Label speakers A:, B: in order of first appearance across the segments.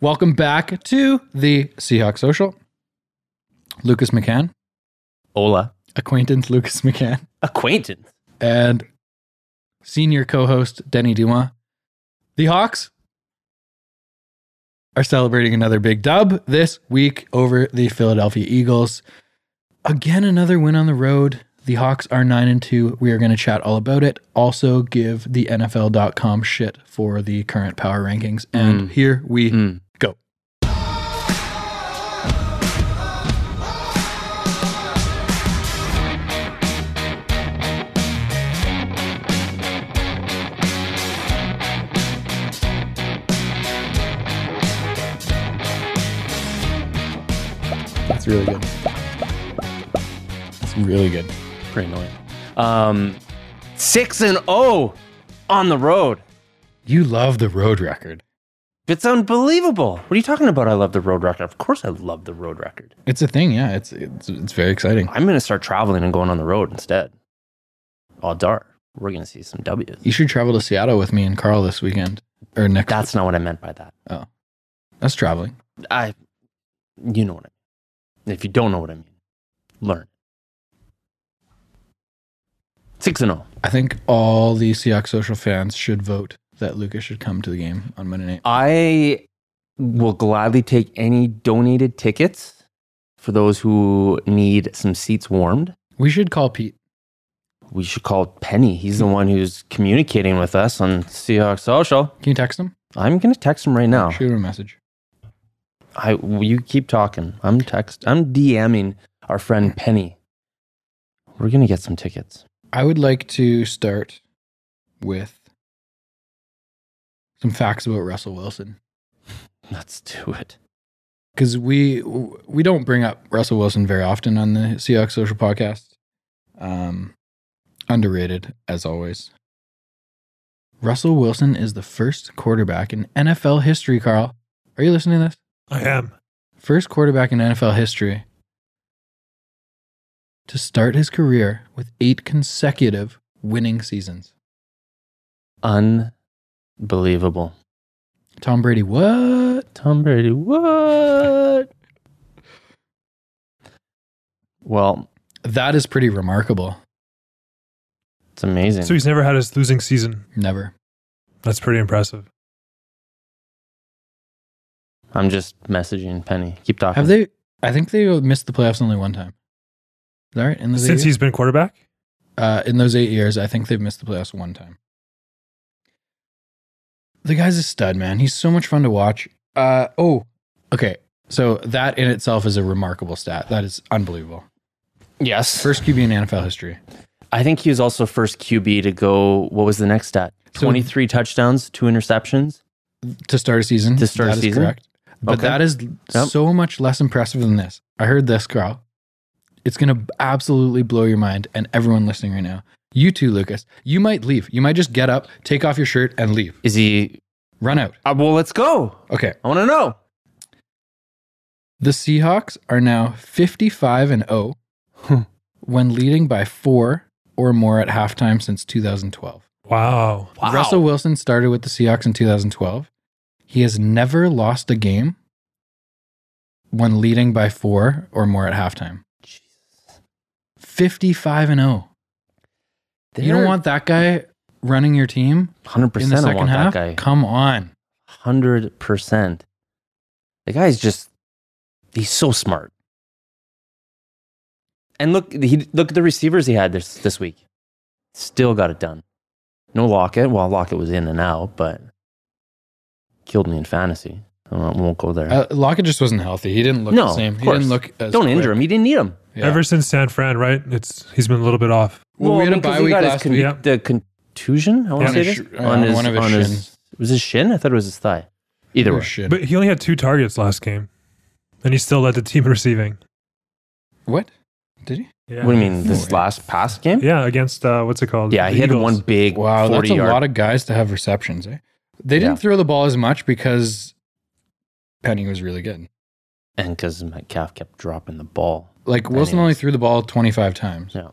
A: Welcome back to the Seahawk Social. Lucas McCann,
B: Ola.
A: acquaintance Lucas McCann,
B: Acquaintance.
A: and senior co host Denny Dumas. The Hawks are celebrating another big dub this week over the Philadelphia Eagles. Again, another win on the road. The Hawks are 9 and 2. We are going to chat all about it. Also, give the NFL.com shit for the current power rankings. And here we go. That's really good. That's really good.
B: Pretty annoying. Um, six and oh on the road.
A: You love the road record.
B: It's unbelievable. What are you talking about? I love the road record. Of course, I love the road record.
A: It's a thing, yeah. It's it's, it's very exciting.
B: I'm gonna start traveling and going on the road instead. Odds are we're gonna see some W's.
A: You should travel to Seattle with me and Carl this weekend or next.
B: That's not what I meant by that.
A: that's traveling.
B: I, you know what I mean. If you don't know what I mean, learn. Six and oh.
A: I think all the Seahawks social fans should vote that Lucas should come to the game on Monday night.
B: I will gladly take any donated tickets for those who need some seats warmed.
A: We should call Pete.
B: We should call Penny. He's the one who's communicating with us on Seahawks Social.
A: Can you text him?
B: I'm gonna text him right now.
A: Shoot him a message.
B: I you keep talking. I'm text. I'm DMing our friend Penny. We're gonna get some tickets.
A: I would like to start with some facts about Russell Wilson.
B: Let's do it.
A: because we we don't bring up Russell Wilson very often on the Seahawks Social Podcast. Um, underrated as always. Russell Wilson is the first quarterback in NFL history. Carl, are you listening to this?
C: I am.
A: First quarterback in NFL history to start his career with eight consecutive winning seasons.
B: Unbelievable.
A: Tom Brady, what?
B: Tom Brady. What? Well,
A: That is pretty remarkable.
B: it's amazing.
C: So he's never had his losing season.
A: Never.
C: That's pretty impressive.
B: I'm just messaging Penny. Keep talking.
A: Have they? I think they missed the playoffs only one time. Is that right? In those eight
C: Since
A: years?
C: he's been quarterback,
A: uh, in those eight years, I think they've missed the playoffs one time. The guy's a stud, man. He's so much fun to watch. Uh, oh, okay. So that in itself is a remarkable stat. That is unbelievable.
B: Yes.
A: First QB in NFL history.
B: I think he was also first QB to go. What was the next stat?
A: So-
B: 23 touchdowns, two interceptions.
A: to start a season.
B: To start a
A: That is
B: season?
A: correct. But
B: Okay.
A: that is
B: Yep.
A: so much less impressive than this. I heard this, Carl. It's going to absolutely blow your mind and everyone listening right now. You too, Lucas. You might leave. You might just get up, take off your shirt, and leave.
B: Is he?
A: Run out.
B: Uh, well, let's go.
A: Okay.
B: I want to know.
A: The Seahawks are now 55 and 0
B: Hmm.
A: when leading by four or more at halftime since 2012.
C: wow.
A: Russell Wilson started with the Seahawks in 2012. He has never lost a game when leading by four or more at halftime. 55 and 0. you don't want that guy running your team
B: 100%.
A: in the
B: I
A: second
B: want
A: half?
B: that guy.
A: Come on.
B: 100%. The guy's just, he's so smart. And look, he, look at the receivers he had this, this week. Still got it done. No Lockett. Well, Lockett was in and out, but killed me in fantasy. I won't- won't go there.
A: Uh, Lockett just wasn't healthy. He didn't look
B: No,
A: the same.
B: of
A: He didn't
B: course.
A: look as
B: don't injure
A: quick.
B: him. He didn't need him.
A: Yeah.
C: Ever since San Fran, right? It's he's been a little bit off.
A: Well, we had a
B: because
A: bye
B: he
A: week
B: got his
A: last
B: con-
C: week. Yeah.
B: The contusion, I want
C: On
B: to say
A: his
B: this.
A: sh- on one of his shins.
B: was his shin? I thought it was his thigh. Either way.
A: Shit.
C: But he only had two targets last game, and he still led the team in receiving.
A: what? Did he?
C: Yeah.
B: What do you mean?
A: No
B: This
A: way.
B: last pass game?
C: Yeah, against uh, what's it called?
B: Yeah,
C: The
B: he had
C: Eagles.
B: one big
A: Wow,
B: 40
A: that's a
B: yard.
A: lot of guys to have receptions. Eh? They didn't
B: Yeah.
A: throw the ball as much because Penny was really good.
B: and because Metcalf kept dropping the ball.
A: Like Wilson
B: Penny
A: only
B: was-
A: threw the ball 25 times.
B: Yeah.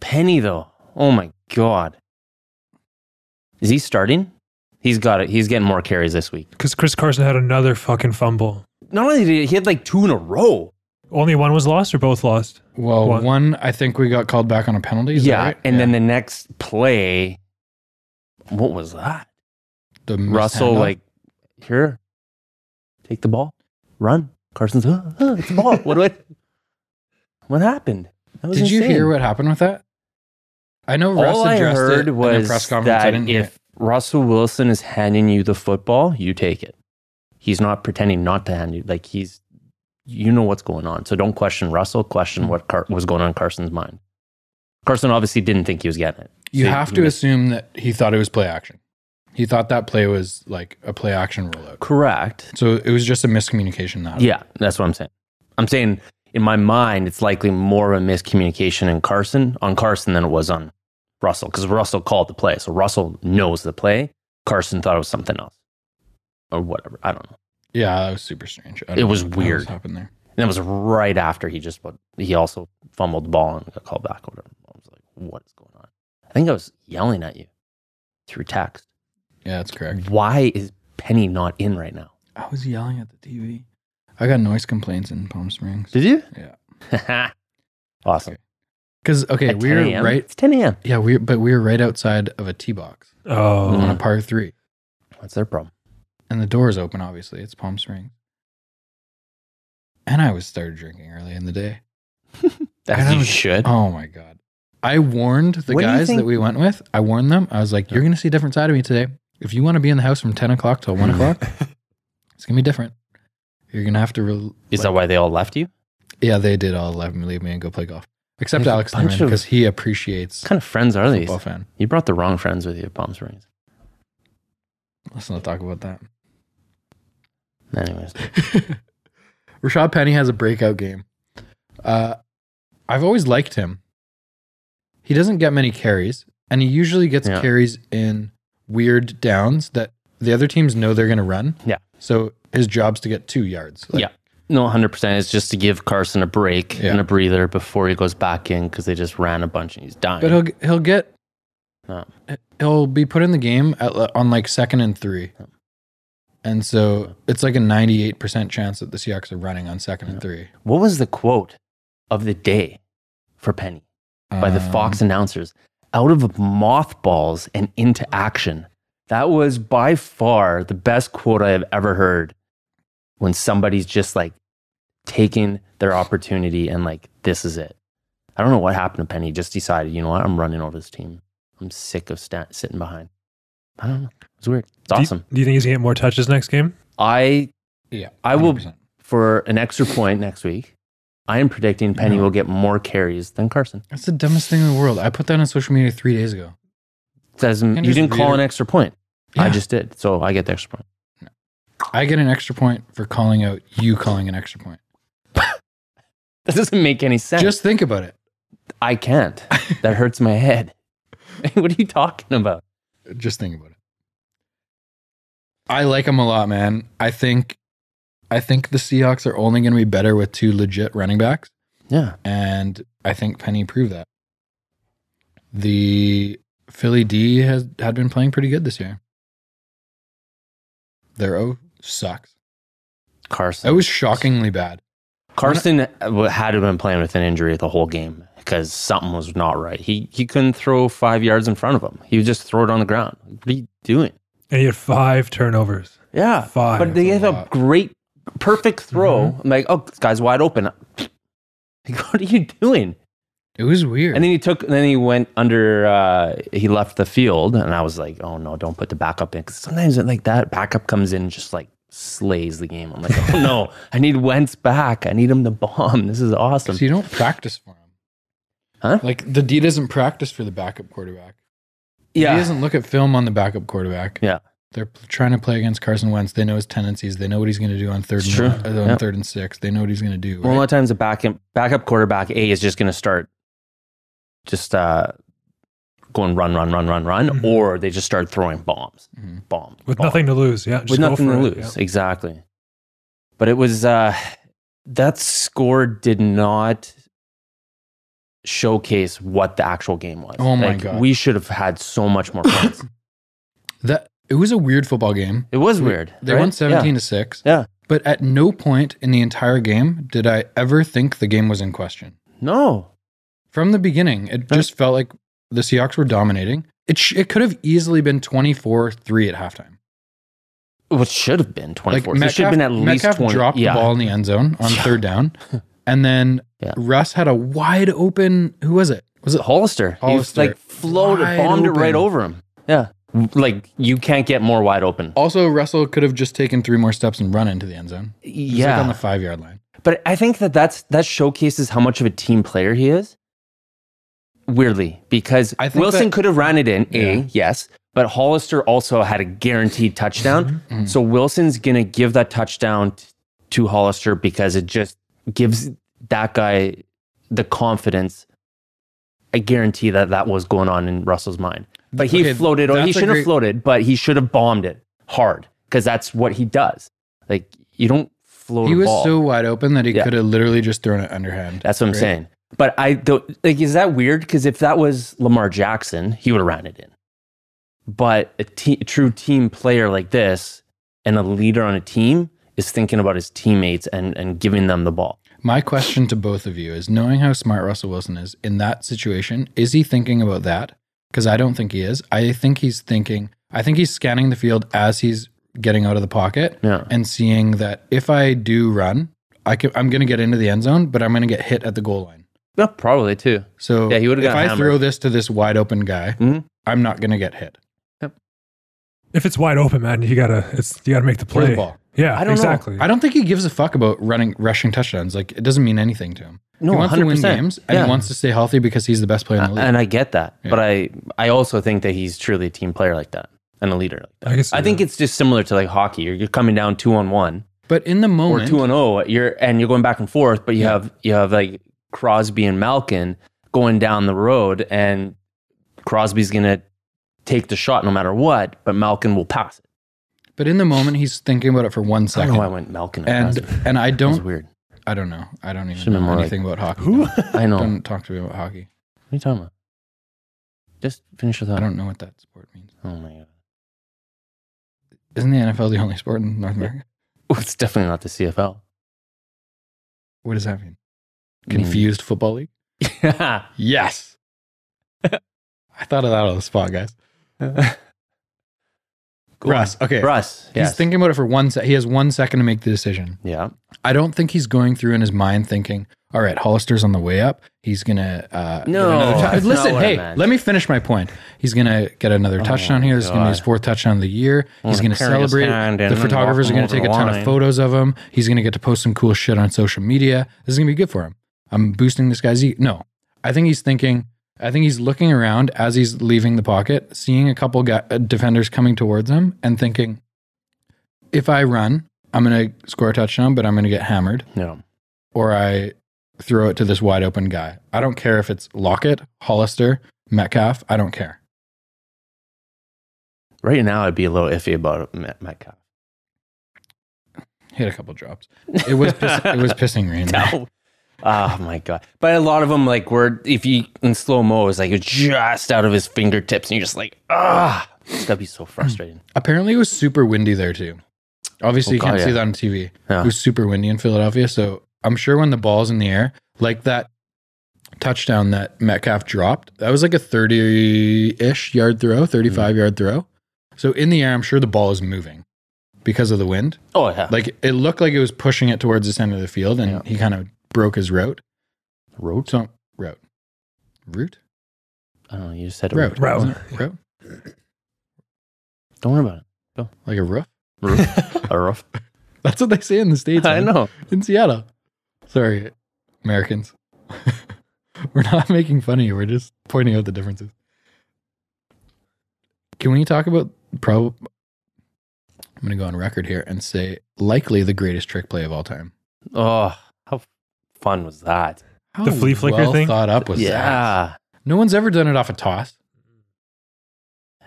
B: Penny, though. Oh my God. Is he starting? He's got it. He's getting more carries this week.
C: Because Chris Carson had another fucking fumble.
B: Not only did he, he had like two in a row.
C: Only one was lost or both lost?
A: Well,
C: What?
A: one I think we got called back on a penalty. Is that
B: yeah,
A: right?
B: and then the next play, what was that?
A: the missed
B: Russell
A: handoff.
B: like here, take the ball, run. Carson's uh, uh, it's the ball. what do I? What happened? That was
A: Did you
B: insane.
A: hear what happened with that? I know Russ
B: All I
A: addressed it
B: heard
A: in
B: was
A: a press conference. I
B: that
A: didn't hear
B: if Russell Wilson is handing you the football, you take it. He's not pretending not to hand you. Like he's, you know what's going on. So don't question Russell. Question
A: Hmm.
B: what Car- was going on in Carson's mind. Carson obviously didn't think he was getting it.
A: You
B: So
A: have
B: he
A: to
B: missed-
A: assume that he thought it was play action. He thought that play was like a play action rollout.
B: correct.
A: So it was just a miscommunication that.
B: Yeah, that's what I'm saying. I'm saying in my mind, it's likely more of a miscommunication in Carson on Carson than it was on Russell because Russell called the play, so Russell knows the play. Carson thought it was something else or whatever. I don't know.
A: Yeah, that was super strange. I don't
B: It was
A: know what
B: weird.
A: happened there.
B: And it was right after he just he also fumbled the ball and got called back. Or whatever. I was like, what is going on? I think I was yelling at you through text.
A: Yeah, that's correct.
B: Why is Penny not in right now?
A: I was yelling at the TV. I got noise complaints in Palm Springs.
B: Did you?
A: Yeah.
B: Yeah. awesome.
A: Because okay,
B: At
A: we were
B: 10
A: right.
B: It's 10 a.m.
A: Yeah, we but we were right outside of a tee box
C: Oh,
A: on a
B: Mm.
A: par three,
B: What's their problem?
A: and the door is open. Obviously, it's Palm Springs. And I was started drinking early in the day. I
B: As you
A: don't-
B: should.
A: Oh my god! I warned the
B: What do you
A: guys that
B: think-
A: we went with. I warned them. I was like, "You're going to see a different side of me today. If you want to be in the house from ten o'clock till one o'clock, it's going to be different. You're going to have to." Re-
B: Is that why they all left you?
A: yeah, they did all left me, leave me, and go play golf. Except
B: There's a
A: Alex
B: bunch
A: Thurman
B: of-
A: because he appreciates
B: What kind of friends are these?
A: football fan.
B: You brought the wrong friends with you at Palm Springs.
A: Let's not talk about that.
B: Anyways,
A: Rashad Penny has a breakout game. Uh, I've always liked him. He doesn't get many carries, and he usually gets
B: Yeah.
A: carries in weird downs that the other teams know they're going to run.
B: Yeah.
A: So his job's to get two yards.
B: Yeah. no, 100%. It's just to give Carson a break
A: Yeah.
B: and a breather before he goes back in because they just ran a bunch and he's dying.
A: But he'll he'll get
B: No.
A: he'll be put in the game at li- on like second and three, and so it's like a ninety eight percent chance that the Seahawks are running on second and three
B: What was the quote of the day for Penny by the
A: Um,
B: Fox announcers? Out of mothballs and into action. That was by far the best quote I have ever heard when somebody's just like taking their opportunity and like, this is it. I don't know what happened to Penny. He Just decided, you know what? I'm running over this team. I'm sick of sta sitting behind. I don't know. It's weird. It's
C: Do you-
B: awesome.
C: Do you, think he's gonna get more touches next game?
B: I
A: Yeah,
B: I will-
A: 100%.
B: for an extra point next week. I am predicting Penny will get more carries than Carson.
A: That's the dumbest thing in the world. I put that on social media three days ago.
B: Doesn't-
A: And
B: you
A: just
B: didn't call
A: reiter-
B: an extra point. I
A: Yeah.
B: just did, so I get the extra point.
A: I get an extra point for calling out you calling an extra point.
B: That doesn't make any sense.
A: Just think about it.
B: I can't. That hurts my head. what are you talking about?
A: Just think about it. I like him a lot, man. I think I think the Seahawks are only going to be better with two legit running backs,
B: Yeah,
A: and I think Penny proved that. The Philly D has had been playing pretty good this year. Their O sucks.
B: Carson.
A: That was shockingly bad.
B: Carson w- had to have been playing with an injury the whole game because something was not right. He he couldn't throw five yards in front of him. He would just throw it on the ground. What are you doing?
C: And he had five turnovers.
B: Yeah,
C: Five.
B: But they
A: That's
B: gave
A: a
B: up
A: lot.
B: great, perfect throw. I'm like, oh, this guy's wide open. Like, what are you doing?
A: It was weird.
B: And then he took, and then he went under. Uh, he left the field, and I was like, oh no, don't put the backup in. 'Cause sometimes it, like that backup comes in and just like slays the game. I'm like, oh no, I need Wentz back. I need him to bomb. This is awesome.
A: So you don't practice for him.
B: Huh?
A: Like the D doesn't practice for the backup quarterback. He
B: Yeah,
A: doesn't look at film on the backup quarterback.
B: Yeah.
A: They're p- trying to play against Carson Wentz. They know his tendencies. They know what he's going to do on third
B: It's
A: and
B: true.
A: uh, on
B: Yeah.
A: third and six. They know what he's going to do.
B: Well, a lot
A: right?
B: of times the backup backup quarterback A is just going to start just uh, going run, run, run, run, run,
C: Mhm.
B: or they just start throwing bombs,
A: Mhm.
B: bomb
C: With
B: bomb.
C: nothing to lose, yeah. just
B: Oh. with
C: go
B: nothing
C: for
B: to
C: it,
B: lose.
C: yeah.
B: Exactly. But it was uh, that score did not showcase what the actual game was.
A: Oh my God.
B: We should have had so much more points.
A: That It was a weird football game.
B: It was weird.
A: They
B: right?
A: won 17
B: Yeah.
A: to 6.
B: Yeah.
A: But at no point in the entire game did I ever think the game was in question.
B: No.
A: From the beginning, it just felt like the Seahawks were dominating. It, sh- it could have easily been 24 3 at halftime.
B: What should have been 24.
A: Like
B: it should have been at least
A: Metcalf
B: 20.
A: dropped
B: yeah.
A: the ball in the end zone on
B: Yeah.
A: third down. And then
B: Yeah.
A: Russ had a wide open, who was it? Was it
B: Hollister.
A: Hollister.
B: He like floated,
A: Wide
B: bombed it right
A: open.
B: over him. Yeah. Like you can't get more wide open.
A: Also, Russell could have just taken three more steps and run into the end zone. He was, like,
B: Yeah.
A: on the five yard line.
B: But I think that that's that showcases how much of a team player he is. Weirdly, because
A: I think
B: Wilson
A: that-
B: could have ran it in, a
A: Yeah.
B: yes, but Hollister also had a guaranteed touchdown.
A: Mhm.
B: So Wilson's gonna give that touchdown t- to Hollister because it just gives that guy the confidence. I guarantee that that was going on in Russell's mind. But he
A: Okay,
B: floated, or
A: that's
B: he
A: a
B: shouldn't
A: great-
B: have floated, but he should have bombed it hard because that's what he does. Like you don't float.
A: He
B: a
A: was
B: ball.
A: so wide open that he
B: Yeah.
A: could have literally just thrown it underhand.
B: That's what I'm
A: Right.
B: saying. But I don't like, is that weird? Because if that was Lamar Jackson, he would have ran it in. But a, te- a true team player like this and a leader on a team is thinking about his teammates and, and giving them the ball.
A: My question to both of you is knowing how smart Russell Wilson is in that situation, is he thinking about that? Because I don't think he is. I think he's thinking, I think he's scanning the field as he's getting out of the pocket
B: Yeah.
A: and seeing that if I do run, I could, I'm going to get into the end zone, but I'm going to get hit at the goal line.
B: Yeah, probably too.
A: So
B: Yeah, he would've
A: if
B: got
A: I
B: hammered.
A: throw this to this wide open guy,
B: Mhm.
A: I'm not going to get hit.
C: If it's wide open, man, you gotta it's you gotta make the
A: Throw
C: play.
A: the ball.
C: Yeah,
B: I don't know.
C: exactly.
A: I don't think he gives a fuck about running rushing touchdowns. Like it doesn't mean anything to him.
B: No,
A: he wants to win
B: 100%.
A: games and
B: Yeah.
A: he wants to stay healthy because he's the best player in the league.
B: And I get that.
A: Yeah.
B: But I, I also think that he's truly a team player like that and a leader like that.
C: I can see
B: I think
C: that.
B: it's just similar to like hockey. You're, you're coming down two on one.
A: but in the
B: or
A: moment,
B: two and zero. You're and you're going back and forth, but you have you have like Crosby and Malkin going down the road, and Crosby's gonna take the shot no matter what, but Malkin will pass it.
A: but in the moment, he's thinking about it for one
B: I don't know why I
A: second.
B: went Malkin.
A: And
B: Crosby.
A: and I
B: that was
A: don't
B: weird.
A: I don't know I don't even
B: Should've been
A: know
B: more like-
A: anything about hockey.
C: Who?
A: No.
B: I know. What
A: Don't talk to me about hockey.
B: are you talking about? Just finish with
A: I
B: that.
A: don't know what that sport means.
B: Oh my god.
A: Isn't the NFL the only sport in North America?
B: Well, It's definitely not the CFL.
A: What does that mean?
B: Mm.
A: Confused football league.
B: Yeah.
A: Yes. I thought of that on the spot, guys. Russ, okay.
B: Russ. yes.
A: He's thinking about it for one. Se- he has one second to make the decision.
B: Yeah.
A: I don't think he's going through in his mind thinking, all right, Hollister's on the way up. He's going to uh,
B: No,
A: get another
B: that's not
A: Listen,
B: what I
A: hey,
B: meant.
A: let me finish my point. He's going to get another
B: Oh
A: touchdown
B: my
A: here. This is going to be his
B: God.
A: fourth touchdown of the year. He's
B: Wanna
A: going to
B: carry his
A: celebrate.
B: hand and
A: The
B: then
A: photographers are
B: walk
A: going
B: over
A: to take a
B: the
A: ton of
B: line.
A: photos of him. He's going to get to post some cool shit on social media. This is going to be good for him. I'm boosting this guy's ego. No, I think he's thinking. I think he's looking around as he's leaving the pocket, seeing a couple gu uh, defenders coming towards him, and thinking, "If I run, I'm going to score a touchdown, but I'm going to get hammered."
B: No.
A: or I throw it to this wide open guy. I don't care if it's Lockett, Hollister, Metcalf. I don't care.
B: Right now, I'd be a little iffy about Met- Metcalf.
A: Hit a couple drops. It was piss- it was pissing rain.
B: No. Oh my god! But a lot of them, like, were if you in slow mo, it's like you're just out of his fingertips, and you're just like, ah, that'd be so frustrating.
A: Apparently, it was super windy there too. Obviously,
B: Oh,
A: you can't
B: God,
A: see
B: yeah.
A: that on TV.
B: Yeah.
A: It was super windy in Philadelphia, so I'm sure when the ball's in the air, like that touchdown that Metcalf dropped, that was like a 30-ish yard
B: Mm-hmm.
A: throw, 35 yard throw. So in the air, I'm sure the ball is moving because of the wind.
B: Oh yeah, like
A: Like it looked like it was pushing it towards the center of the field, and
B: Yeah.
A: he kind of broke his route.
B: road.
A: So route, route,
B: I don't know. You just said
A: route,
B: road.
C: Route.
A: Wasn't it route,
B: Don't worry about it.
A: like a roof.
B: Roof. A roof.
A: That's what they say in the states.
B: I
A: man,
B: know.
A: in Seattle. Sorry, Americans. We're not making fun of you. We're just pointing out the differences. Can we talk about prob? I'm going to go on record here and say likely the greatest trick play of all time.
B: Oh, how fun was that?
A: How
C: The flea flicker
A: well
C: thing?
A: thought up was that?
B: yeah,
A: No one's ever done it off a toss.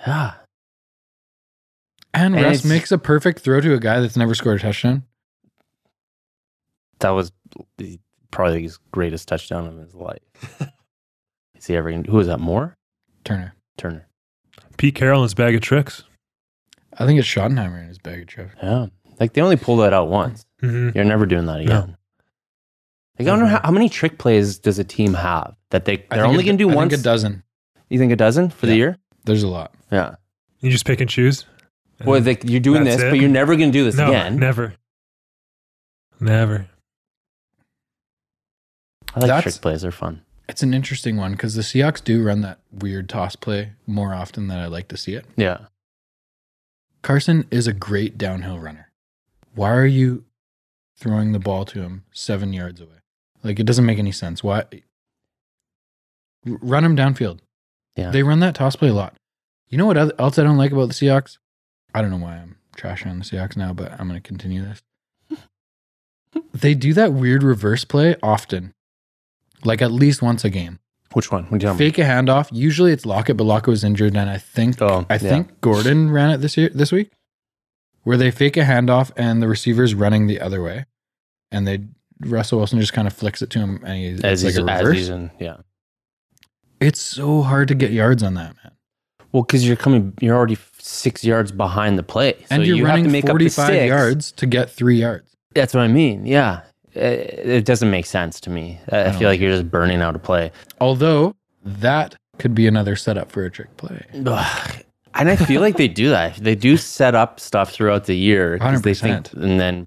B: yeah.
A: And,
B: And
A: Russ
B: it's-
A: makes a perfect throw to a guy that's never scored a touchdown.
B: That was the- probably his greatest touchdown of his life. Is he ever? Who was that? Moore
A: Turner.
B: Turner.
C: Pete Carroll and his bag of tricks.
A: I think it's Schottenheimer in his bag of Trevor.
B: Yeah. Like they only pull that out once.
C: hmm
B: You're never doing that again. Like I don't know how, how many trick plays does a team have that they
A: I
B: they're
A: think
B: only
A: it-
B: going to do
A: I think
B: once.
A: a dozen.
B: you think a dozen for the
A: Yeah.
B: year?
A: There's a lot.
B: Yeah.
C: You just pick and choose. And
B: Well, they, you're doing
C: That's
B: this,
C: it?
B: but you're never going to do this
C: no,
B: again.
C: never, never.
B: I like
A: That's-
B: trick plays; they're fun.
A: It's an interesting one because the Seahawks do run that weird toss play more often than I like to see it.
B: Yeah.
A: Carson is a great downhill runner. Why are you throwing the ball to him seven yards away? Like it doesn't make any sense. Why R- run him downfield?
B: Yeah.
A: they run that toss play a lot. You know what oth- else I don't like about the Seahawks? I don't know why I'm trashing on the Seahawks now, but I'm going to continue this. they do that weird reverse play often, like at least once a game.
B: Which one? What do you tell me?
A: Fake a handoff. Usually it's Lockett, but Lockett was injured, and I think
B: Oh,
A: I
B: yeah.
A: think Gordon ran it this year this week, where they fake a handoff and the receiver's running the other way, and they Russell Wilson just kind of flicks it to him, and he's
B: As
A: it's
B: he's,
A: like a
B: as
A: reverse.
B: he's in, yeah.
A: it's so hard to get yards on that man,
B: Well, because you're coming, you're already f- six yards behind the play, so
A: and you're
B: you have
A: running
B: to make up the
A: forty-five
B: six.
A: yards to get three yards.
B: That's what I mean. Yeah, it, it doesn't make sense to me. I, I
A: don't
B: feel like you're just burning out a play.
A: Although that could be another setup for a trick play.
B: Ugh. And I feel like they do that. They do set up stuff throughout the year. 'cause They
A: 100%.
B: and then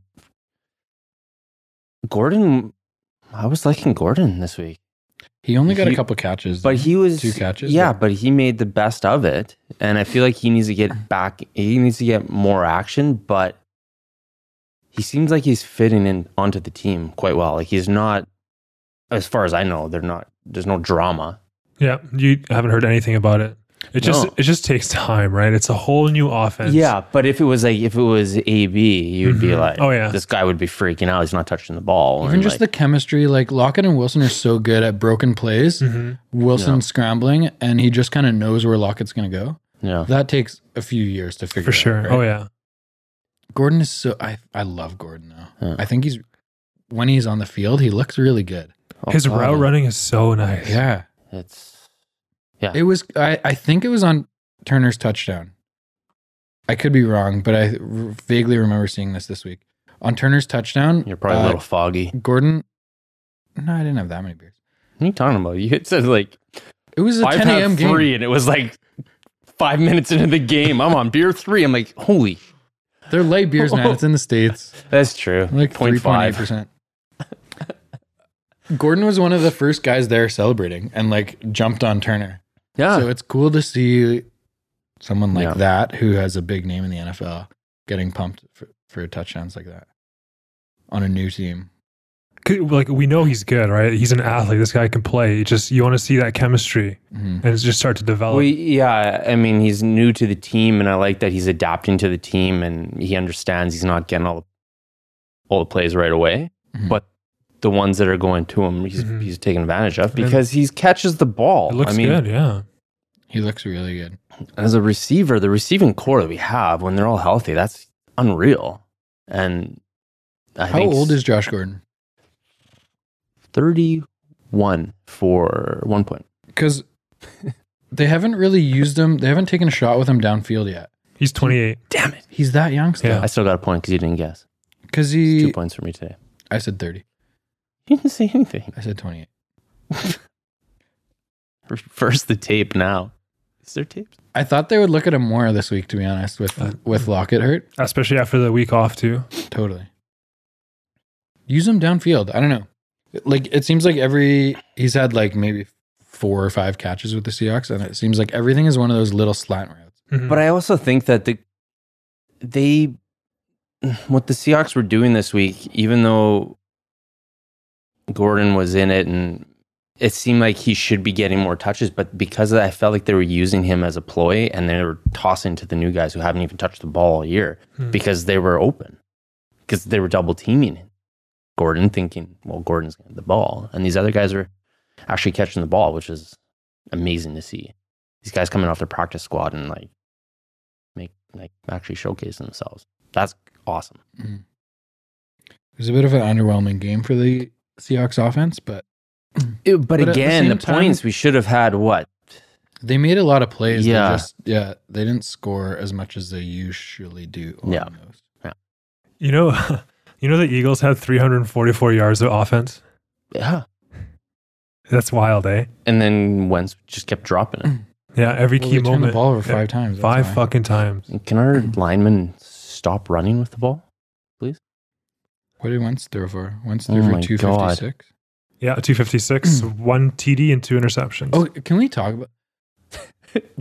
B: Gordon, I was liking Gordon this week,
A: He only got
B: He-
A: a couple catches,
B: but he was
A: Two catches,
B: Yeah,
A: but-
B: but he made the best of it, and I feel like he needs to get back. He needs to get more action, but he seems like he's fitting in onto the team quite well. Like he's not, as far as I know, they're not. There's no drama.
C: Yeah, you haven't heard anything about it. It just
B: No.
C: it just takes time, right? It's a whole new offense.
B: Yeah, but if it was like if it was AB, you'd be
C: Mhm.
B: like,
C: Oh, yeah.
B: this guy would be freaking out. He's not touching the ball.
A: even just the chemistry. Like Lockett and Wilson are so good at broken plays.
C: hmm
A: Wilson
B: Yeah.
A: scrambling, and he just kind of knows where Lockett's going to go.
B: the yeah,
A: That takes a few years to figure
C: for sure.
A: out.
C: Oh yeah,
A: Gordon is so I I love Gordon though.
B: Yeah.
A: I think he's when he's on the field, he looks really good.
B: Oh,
C: his
B: God,
C: route running is so nice.
A: Yeah.
B: It's
A: It was I, I think it was on Turner's touchdown. I could be wrong, but I r- vaguely remember seeing this this week. On Turner's touchdown,
B: you're probably
A: uh,
B: a little foggy.
A: Gordon No, I didn't have that many beers.
B: What are you talking about? You it said like
A: It was a
B: five
A: 10 a.m.
B: pound
A: game.
B: three, and it was like five minutes into the game. I'm on beer three. I'm like, holy,
A: They're light beers, man. It's in the states.
B: that's true.
A: Like
B: point five.
A: percent. Gordon was one of the first guys there celebrating and like jumped on Turner.
B: Yeah,
A: So it's cool to see someone like
B: Ah. Yeah.
A: that who has a big name in the NFL getting pumped for, for touchdowns like that on a new team.
C: Could- Like we know he's good, right? He's an athlete. This guy can play. You just you want to see that chemistry
A: Mhm.
C: and it's just start to develop.
B: Well, yeah, I mean, he's new to the team, and I like that he's adapting to the team, and he understands he's not getting all the, all the plays right away,
A: Mhm.
B: but the ones that are going to him, he's
C: Mhm.
B: he's taking advantage of because he catches the ball.
C: it looks
B: I mean,
C: good. Yeah.
A: He looks really good.
B: as a receiver, the receiving core that we have when they're all healthy, that's unreal. And I
A: How
B: think
A: old is Josh Gordon?
B: thirty one for one point?
A: Because they haven't really used him. They haven't taken a shot with him downfield yet.
C: He's 28.
B: Damn it!
A: He's that young still.
B: I still got a point because you didn't guess.
A: Because
B: Two
A: he,
B: points for me today.
A: I said 30.
B: You didn't say anything.
A: I said 28.
B: Reverse the tape now. Is there tapes?
A: I thought they would look at him more this week, to be honest, with
C: Uh,
A: with Lockett hurt.
C: Especially after the week off too.
A: Totally. Use him downfield. I don't know. Like it seems like every he's had like maybe four or five catches with the Seahawks, and it seems like everything is one of those little slant routes.
C: Mhm.
B: But I also think that the they what the Seahawks were doing this week, even though Gordon was in it and it seemed like he should be getting more touches, but because of that, I felt like they were using him as a ploy and they were tossing to the new guys who haven't even touched the ball all year
C: Hmm.
B: because they were open. Because they were double teaming Gordon, thinking, well, Gordon's gonna have the ball. And these other guys are actually catching the ball, which is amazing to see. These guys coming off their practice squad and like make like actually showcasing themselves. That's awesome.
A: It was a bit of an underwhelming game for the Seahawks offense, but
B: It- but,
A: But at the
B: again, the,
A: same time-
B: points we should have had what
A: They made a lot of plays. They
B: Yeah.
A: just, yeah. They didn't score as much as they usually do. on
B: Yeah.
A: those.
C: You know, you know the Eagles had 344 yards of offense.
B: Yeah.
C: That's wild, eh?
B: And then Wentz just kept dropping it.
C: Yeah, every
A: Well,
C: key
A: they turned
C: moment.
A: the ball over
C: Yeah.
A: five times. that's
C: Five
A: why. Mm.
C: fucking times.
B: And Can our linemen stop running with the ball?
A: What did Wentz throw for? Wentz
B: Oh
A: threw for
B: my
A: two fifty six.
C: Yeah, 256,
A: Mm.
C: one TD and two interceptions.
A: Oh, can we talk about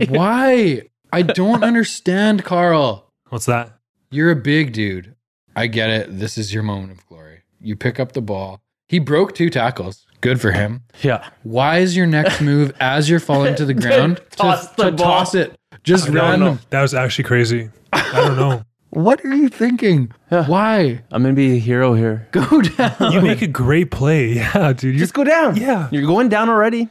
A: why? I don't understand, Carl.
C: What's that?
A: You're a big dude. I get it. This is your moment of glory. You pick up the ball. He broke two tackles. Good for him.
B: Yeah.
A: Why is your next move as you're falling to the ground to,
B: Toss the
A: to
B: ball.
A: toss it? Just
C: I don't know.
A: random.
C: That was actually crazy. I don't know.
A: What are you thinking?
B: Yeah.
A: Why?
B: I'm going to be a hero here.
A: Go down.
C: You make a great play. Yeah, dude. You-
B: Just go down.
C: yeah.
B: You're going down already.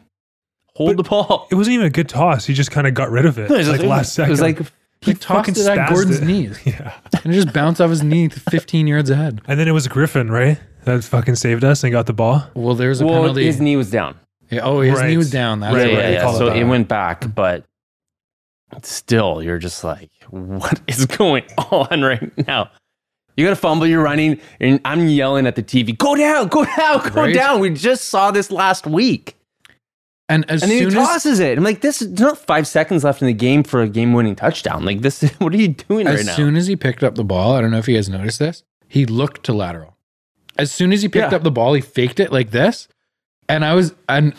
B: Hold
C: But-
B: the ball.
C: It wasn't even a good toss. He just kind of got rid of it.
B: was
C: like
B: like-
C: last second.
B: it was like-
A: he
C: He
A: tossed
C: fucking
A: it at
C: spazzed
A: Gordon's
C: it.
A: knees
C: yeah.
A: and it just bounced off his knee 15 yards ahead.
C: And then it was Griffin, right? That fucking saved us and got the ball.
A: Well, there's a
B: Well,
A: penalty.
B: his knee was down.
A: Yeah, oh, his
C: Right.
A: knee was down. That's
B: yeah,
A: right.
B: yeah,
A: They
B: yeah.
A: call
B: So
A: that.
B: it went back, but still, you're just like, what is going on right now? You got to fumble, you're running, and I'm yelling at the TV, go down, go down, go
A: Right?
B: down. We just saw this last week.
A: And as
B: And then he
A: soon as,
B: tosses it. I'm like, this is there's not five seconds left in the game for a game winning touchdown. Like, this, what are you doing right
A: as
B: now?
A: soon as he picked up the ball, I don't know if you guys noticed this. He looked to lateral. As soon as he picked
B: Yeah.
A: up the ball, he faked it like this. And I was and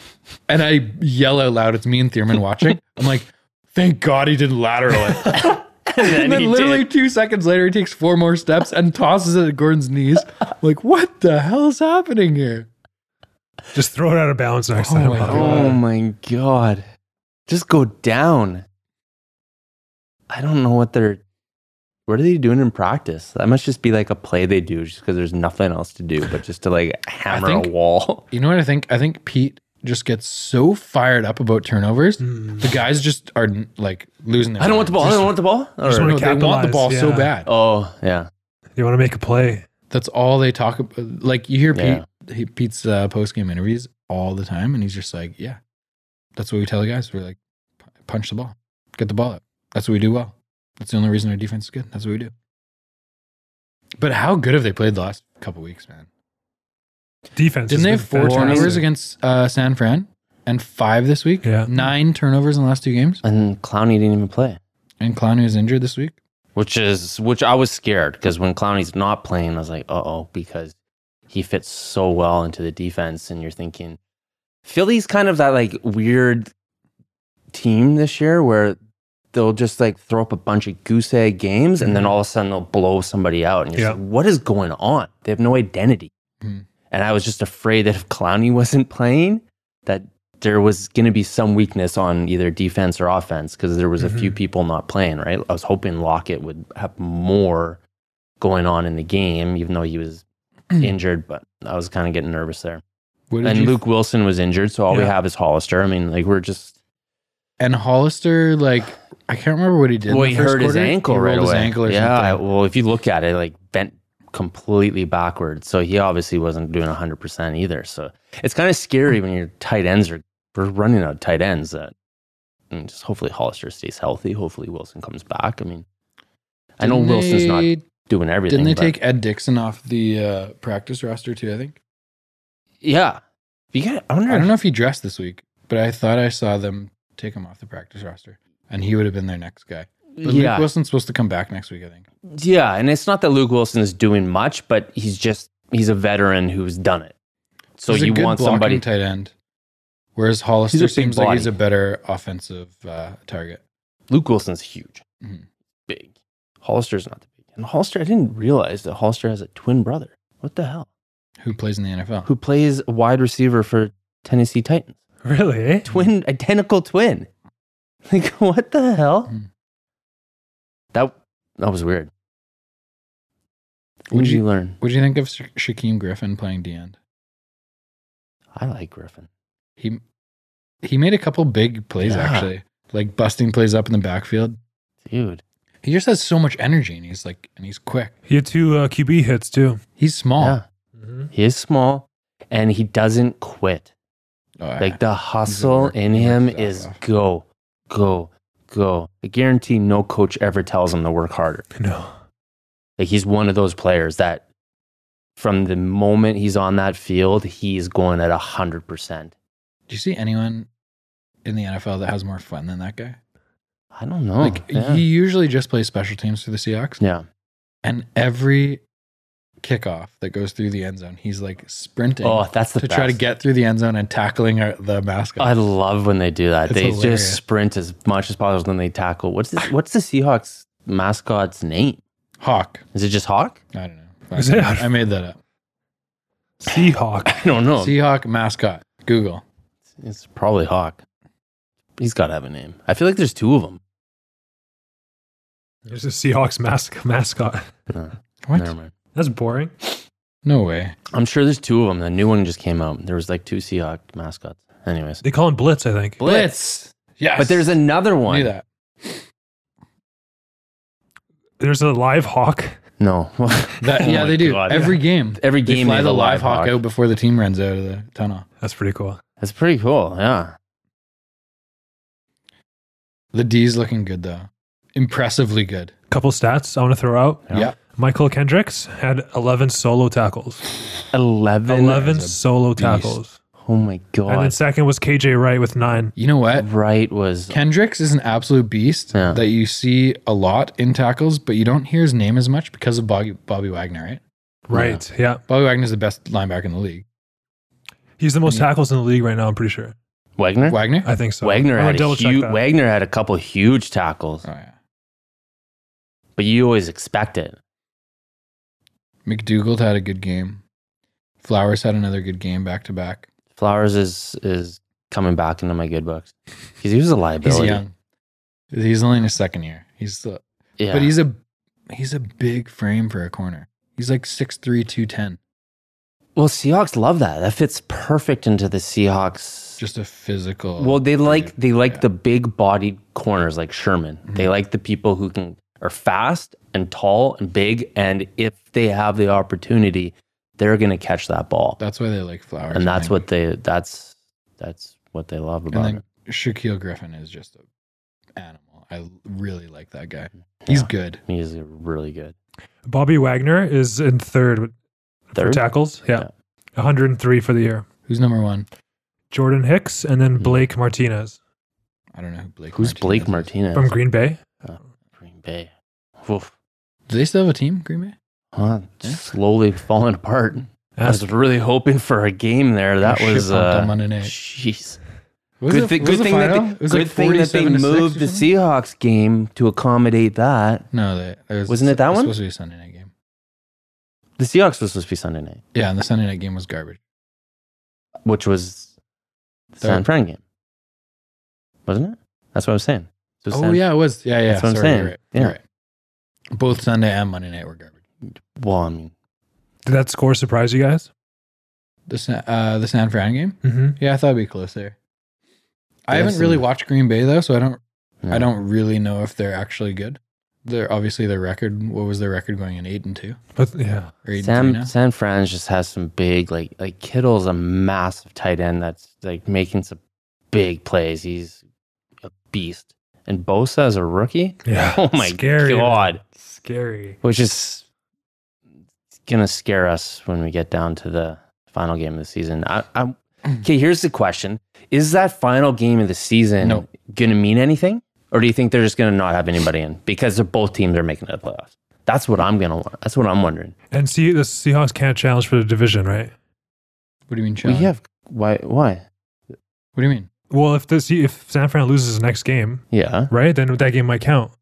A: and I yell out loud. It's me and Thierman watching. I'm like, thank God he didn't lateral it.
B: and
A: and then
B: he
A: literally
B: did.
A: two seconds later, he takes four more steps and tosses it at Gordon's knees. I'm like, what the hell is happening here?
C: Just throw it out of bounds next
A: Oh
C: time.
A: my
C: I'll do
B: Oh
C: that.
B: my god. Just go down. I don't know what they're what are they doing in practice? That must just be like a play they do just because there's nothing else to do but just to like hammer
A: think-
B: a wall.
A: You know what I think? I think Pete just gets so fired up about turnovers.
C: Mm.
A: The guys just are like losing their.
B: I don't want the ball. I don't want the ball.
C: just
B: Or-
C: wanna-
A: No, they want the
C: Capitalize,
A: ball so
C: yeah.
A: bad.
B: oh yeah.
C: You want to make a play.
A: That's all they talk about. Like you hear
B: Yeah.
A: Pete, he, Pete's uh, post game interviews all the time, and he's just like, "Yeah, that's what we tell the guys. We're like, "P- punch the ball, get the ball out. That's what we do well. That's the only reason our defense is good. That's what we do." But how good have they played the last couple weeks, man?
C: Defense.
A: Didn't they have
C: has been
A: four
C: fantastic.
A: turnovers against uh, San Fran and five this week?
C: Yeah.
A: nine turnovers in the last two games,
B: And Clowney didn't even play.
A: and Clowney was injured this week.
B: Which is which I was scared because when Clowney's not playing, I was like, uh oh, because he fits so well into the defense and you're thinking Philly's kind of that like weird team this year where they'll just like throw up a bunch of goose egg games and then all of a sudden they'll blow somebody out and you're just
C: Yeah.
B: like, what is going on? They have no identity.
A: Hmm.
B: And I was just afraid that if Clowney wasn't playing, that there was going to be some weakness on either defense or offense because there was a
A: Mm-hmm.
B: few people not playing, right? I was hoping Lockett would have more going on in the game, even though he was injured, but I was kind of getting nervous there.
A: What Mm. did
B: And
A: you-
B: Luke Wilson was injured, so all we
C: Yeah.
B: have is Hollister. I mean, like we're just
A: and Hollister, like I can't remember what he did. in
B: well,
A: the
B: he
A: first
B: hurt his
A: quarter.
B: ankle
A: He
B: right
A: rolled
B: away.
A: His ankle or
B: yeah,
A: something.
B: well, if you look at it, like bent completely backwards, so he obviously wasn't doing hundred percent either. So it's kind of scary when your tight ends are we're running out of tight ends. That I mean, just hopefully Hollister stays healthy. Hopefully Wilson comes back. I mean, I know
A: Didn't
B: Wilson's not
A: they-
B: doing everything.
A: Didn't they
B: but-
A: take Ed Dixon off the uh, practice roster too? I think.
B: Yeah, you got. I wonder.
A: I don't know if he dressed this week, but I thought I saw them take him off the practice roster, and he would have been their next guy. But Luke
B: Yeah,
A: Wilson's supposed to come back next week, I think.
B: yeah, and it's not that Luke Wilson is doing much, but he's just he's a veteran who's done it. So
A: He's a
B: you
A: good
B: want
A: blocking
B: somebody
A: tight end, whereas Hollister
B: big
A: seems like he's a
B: body.
A: better offensive uh, target.
B: Luke Wilson's huge,
A: Mhm.
B: big. Hollister's not the big. And Hollister, I didn't realize that Hollister has a twin brother. What the hell?
A: Who plays in the NFL?
B: Who plays wide receiver for Tennessee Titans?
A: Mm-hmm.
C: Really? eh?
B: Twin, identical twin. Like what the hell?
A: Mm.
B: That that was weird.
A: Would
B: What did
A: you-
B: you learn?
A: What do you think of Sha- Shaquem Griffin playing D end?
B: I like Griffin.
A: He he made a couple big plays
B: Yeah.
A: actually, like busting plays up in the backfield.
B: Dude.
A: He just has so much energy, and he's like, and he's quick.
C: He had two uh, QB hits too.
A: He's small.
B: Yeah. He is small and he doesn't quit.
A: Oh, I-
B: Like the hustle
A: work-
B: in
A: he works
B: him
A: his ass
B: is
A: off.
B: go. go, go. I guarantee no coach ever tells him to work harder.
C: No.
B: Like he's one of those players that from the moment he's on that field, he's going at 100%.
A: Do you see anyone in the NFL that has more fun than that guy?
B: I don't know.
A: like
B: Oh, yeah.
A: he usually just plays special teams for the Seahawks,
B: yeah.
A: and every kickoff that goes through the end zone, he's like sprinting
B: Oh, that's the
A: to try to
B: best.
A: get through the end zone and tackling our, the mascot.
B: I love when they do that.
A: It's
B: they
A: hilarious.
B: just sprint as much as possible, then they tackle. What's this, what's the Seahawks mascot's name?
A: Hawk.
B: Is it just Hawk?
A: I don't know. I,
C: Is it-
A: I made that up.
C: Seahawk.
B: I don't know.
A: Seahawk mascot. Google.
B: It's probably Hawk. He's got to have a name. I feel like there's two of them.
C: There's a Seahawks mask- mascot.
B: No,
A: What?
B: Never mind.
C: That's boring.
A: No way.
B: I'm sure there's two of them. The new one just came out. There was like two Seahawk mascots. Anyways,
C: They call him Blitz, I think.
A: Blitz. Yes.
B: But there's another one.
A: Knew that.
C: There's a live hawk.
B: No.
A: That-
B: Oh
A: yeah,
B: my
A: they do
B: God.
A: every game.
B: every
A: They
B: game
A: fly
B: they
A: the live hawk, out before the team runs out of the tunnel.
C: That's pretty cool.
B: That's pretty cool. Yeah.
A: The D's looking good though, impressively good.
C: Couple stats I want to throw out.
A: Yeah,
C: Michael Kendricks had 11 solo tackles.
B: 11.
C: 11
A: is a
C: solo
A: beast.
C: tackles.
B: Oh my
C: And then
B: god.
C: second was KJ Wright with nine.
A: you know what?
B: Right was
A: Kendricks is an absolute beast
B: Yeah.
A: that you see a lot in tackles, but you don't hear his name as much because of Bobby, Bobby Wagner, right?
C: Right. Yeah.
A: Bobby Wagner's the best linebacker in the league.
C: He's the most
A: And he-
C: tackles in the league right now, I'm pretty sure.
B: Wagner.
A: Wagner?
C: I think so.
B: Wagner
C: I'm gonna
B: had a
C: double-check
B: huge,
C: that.
B: Wagner had a couple huge tackles,
A: Oh, yeah.
B: but you always expect it.
A: McDougald had a good game. Flowers had another good game back to back.
B: Flowers is is coming back into my good books because he was a
A: He's
B: liability.
A: young. He's only in his second year. He's still,
B: Yeah,
A: but he's a he's a big frame for a corner. He's like 6'3", 210.
B: well, Seahawks love that. That fits perfect into the Seahawks.
A: Just a physical.
B: well, they like they like
A: yeah. Mm-hmm.
B: the big bodied corners like Sherman. They like the people who can are fast and tall and big, and if they have the opportunity, they're gonna catch that ball,
A: That's why they like Flowers.
B: and that's
A: I
B: what they that's that's what they love
A: think.
B: about
A: And
B: it.
A: then Shaquille Griffin is just a animal. I really like that guy. He's
B: Yeah.
A: good.
B: He's really good.
C: Bobby Wagner is in third with for
B: Third?
C: tackles. Yeah.
B: Yeah.
C: 103 for the year.
A: Who's number one?
C: Jordan Hicks and then
B: Hmm.
C: Blake Martinez
A: I don't know who Blake.
B: Who's Blake
A: Martinez is.
B: Martinez
C: from Green Bay.
B: Green Bay? Oof.
A: Do they still have a team? Green Bay.
B: Huh,
A: Yeah.
B: slowly falling apart. I
C: That's
B: was really hoping for a game there. That
A: Oh, Shit
B: was
A: pumped on
B: uh,
A: Monday night.
B: jeez.
A: What was
B: Good,
A: it- what
B: thi-
A: was
B: good
A: the
B: thing that
A: final?
B: they,
A: It was
B: good
A: like
B: thing that they
A: 47 to six or
B: moved the
A: something?
B: Seahawks game to accommodate that.
A: No, they, there was,
B: Wasn't it that
A: was
B: one?
A: Supposed to be a Sunday night game.
B: The Seahawks was supposed to be Sunday night,
A: Yeah, and the Sunday night game was garbage.
B: which was the San
A: Third.
B: Fran game, wasn't it? That's what I was saying. So
A: Oh
B: San-
A: yeah, it was. Yeah, yeah.
B: That's what I'm
A: Sorry, you're
B: saying.
A: right.
B: Yeah.
A: You're right. Both Sunday and Monday night were garbage.
B: Well, I mean,
C: Did that score surprise you guys?
A: The Sa- uh, the San Fran game.
C: Mm-hmm.
A: Yeah, I thought it'd be close there. I
B: Yeah,
A: haven't
B: so-
A: really watched Green Bay though, so I don't
B: yeah.
A: I don't really know if they're actually good. They're obviously their record. What was their record going in eight and two
C: But yeah.
A: or eight and three now?
B: San San Fran just has some big like like Kittle's a massive tight end that's like making some big plays. He's a beast. And Bosa is a rookie.
C: Yeah.
B: Oh my
C: Scary.
B: god!
C: Scary.
B: Which is gonna scare us when we get down to the final game of the season. I, I okay. Here's the question: Is that final game of the season
A: No.
B: gonna mean anything, or do you think they're just gonna not have anybody in because they're both teams are making it to the playoffs? That's what I'm gonna. That's what I'm wondering.
C: And see, the Seahawks can't challenge for the division, right?
A: What do you mean
B: We
A: challenge?
B: have why why
A: What do you mean?
C: Well, if the Se- if San Fran loses the next game,
B: yeah.
C: right, then that game might count.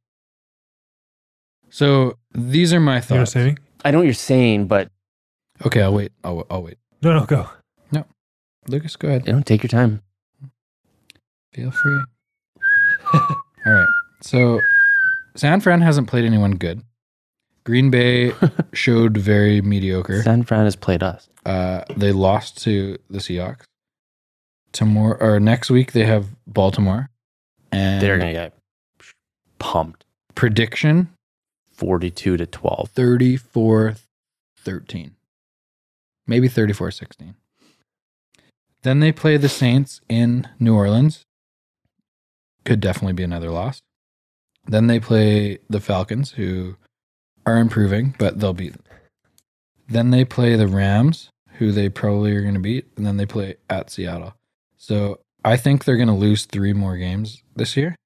A: So these are my
C: You know what I'm
A: thoughts.
C: saying?
B: I know what you're saying, but
A: okay, I'll wait. I'll, I'll wait.
C: No, no, go.
A: Lucas, go ahead.
B: you know, take your time.
A: Feel free. All right. So San Fran hasn't played anyone good. Green Bay showed very mediocre.
B: San Fran has played us.
A: Uh, they lost to the Seahawks. Tomorrow or next week they have Baltimore. And
B: They're gonna get pumped,
A: prediction
B: forty-two to twelve.
A: 34 13. Maybe 34 16. Then they play the Saints in New Orleans. could definitely be another loss. Then they play the Falcons, who are improving, but they'll beat them. Then they play the Rams, who they probably are going to beat, and then they play at Seattle. So I think they're going to lose three more games this year.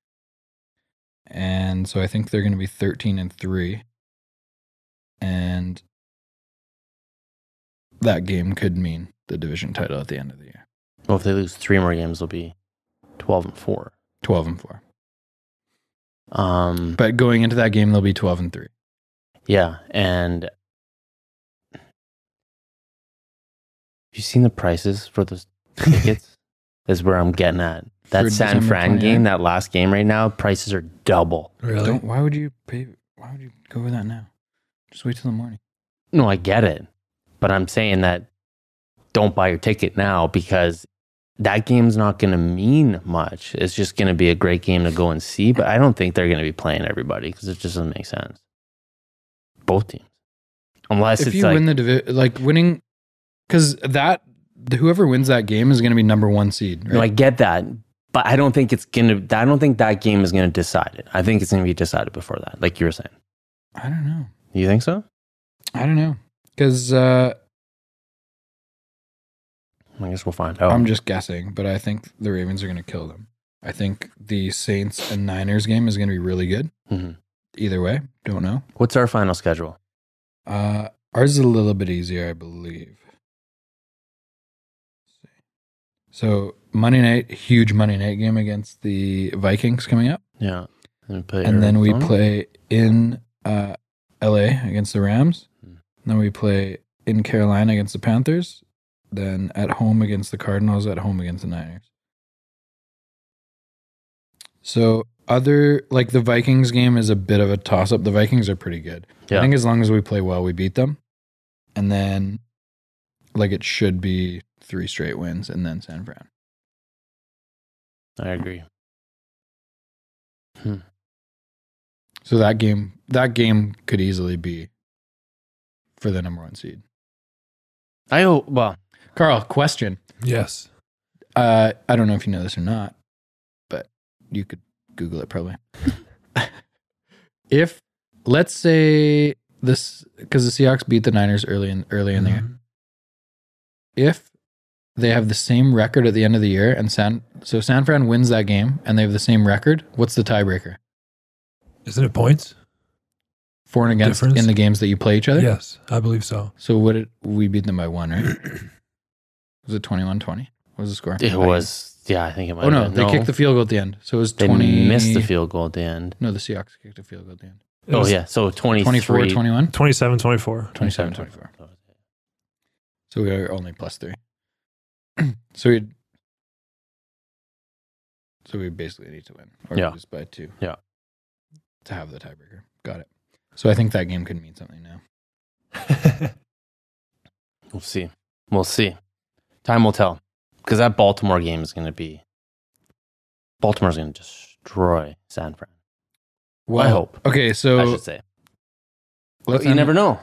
A: And so I think they're going to be 13 and 3. And that game could mean the division title at the end of the year.
B: Well, if they lose three more games, they'll be 12 and 4.
A: 12 and 4.
B: Um,
A: But going into that game they'll be 12 and 3.
B: yeah. And have you seen the prices for those tickets? That's where I'm getting at. That
A: For
B: San
A: December
B: Fran
A: 29th?
B: game, that last game right now, prices are double.
C: Really?
A: Don't why would you pay why would you go with that now? Just wait till the morning.
B: No, I get it. But I'm saying that don't buy your ticket now because that game's not going to mean much. It's just going to be a great game to go and see. But I don't think they're going to be playing everybody because it just doesn't make sense. Both teams. Unless
A: if
B: it's
A: you
B: like,
A: win the divi- like winning cuz that whoever wins that game is going to be number 1 seed, right?
B: no, I get that. But I don't think it's going to, I don't think that game is going to decide it. I think it's going to be decided before that, like you were saying.
A: I don't know.
B: You think so?
A: I don't know. Cuz uh
B: I guess we'll find out.
A: I'm just guessing, but I think the Ravens are going to kill them. I think the Saints and Niners game is going to be really good.
B: Mhm.
A: Either way, don't know.
B: What's our final schedule?
A: Uh, ours is a little bit easier, I believe. So Monday night, huge Monday night game against the Vikings coming up,
B: Yeah. And,
A: and then we
B: Arizona?
A: play in uh, L.A. against the Rams.
B: Hmm.
A: Then we play in Carolina against the Panthers. Then at home against the Cardinals. At home against the Niners. So other like the Vikings game is a bit of a toss up. The Vikings are pretty good.
B: Yeah.
A: I think as long as we play well, we beat them. And then, like, it should be three straight wins and then San Fran.
B: I agree.
A: So that game, that game could easily be for the number one seed.
B: I hope, well,
A: Carl, question.
C: Yes.
A: Uh, I don't know if you know this or not, but you could Google it probably. if let's say this, because the Seahawks beat the Niners early in early in the
C: Mm-hmm.
A: year. if they have the same record at the end of the year and San so San Fran wins that game and they have the same record, what's the tiebreaker?
C: Isn't it points?
A: For and against
C: Difference?
A: in the games that you play each other?
C: Yes, I believe so.
A: So would it we beat them by one, right? was it 21-20? What was the score?
B: It was, yeah, I think it might.
A: Oh
B: have
A: no,
B: been.
A: they kicked the field goal at the end. So it was
B: They
A: 20
B: missed the field goal at the end.
A: No, the Seahawks kicked the field goal at the end.
C: It
B: oh
C: was
B: yeah, so 23,
A: 24 21
C: 27 24.
A: 27 24. So we are only plus 3. so we So we basically need to win or
B: Yeah.
A: lose by 2.
B: Yeah.
A: To have the tiebreaker. Got it. So I think that game could mean something now.
B: We'll see. We'll see. Time will tell, because that Baltimore game is going to be. Baltimore's going to destroy San Fran.
A: Well,
B: hope.
A: Okay,
B: I
A: so
B: should say.
A: let's
B: But you
A: end,
B: never know.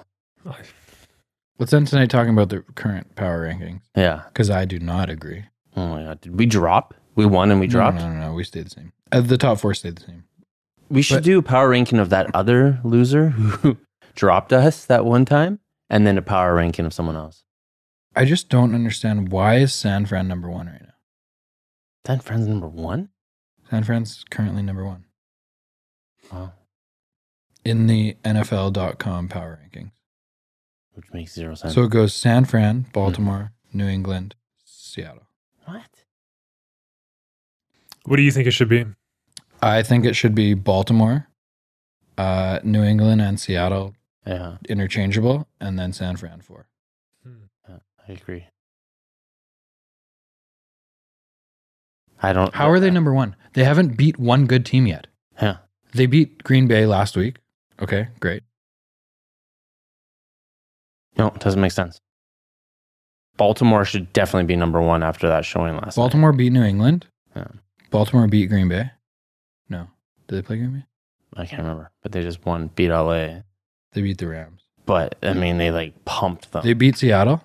A: let's end tonight talking about the current power rankings
B: Yeah.
A: because I do not agree.
B: Oh my god, did we drop? We won and we
A: No,
B: dropped.
A: No, no, no, we stayed the same. Uh, the top four stayed the same.
B: We should
A: But-
B: do a power ranking of that other loser who dropped us that one time, and then a power ranking of someone else.
A: I just don't understand why is San Fran number one right now.
B: San Fran's number one.
A: San Fran's currently number one
B: Wow,
A: in the NFL.com power rankings.
B: which makes zero sense.
A: So it goes San Fran, Baltimore, New England, Seattle.
B: what?
C: What do you think it should be?
A: I think it should be Baltimore, uh, New England, and Seattle
B: Yeah,
A: interchangeable, and then San Fran four.
B: I agree. I don't.
A: How are they number one? They haven't beat one good team yet.
B: Yeah.
A: They beat Green Bay last week. Okay, great.
B: No, it doesn't make sense. Baltimore should definitely be number one after that showing last night.
A: Baltimore beat New England.
B: Yeah.
A: Baltimore beat Green Bay. No. Did they play Green Bay?
B: I can't remember, but they just won, beat LA.
A: They beat the Rams.
B: But I mean, they like pumped them.
A: They beat Seattle.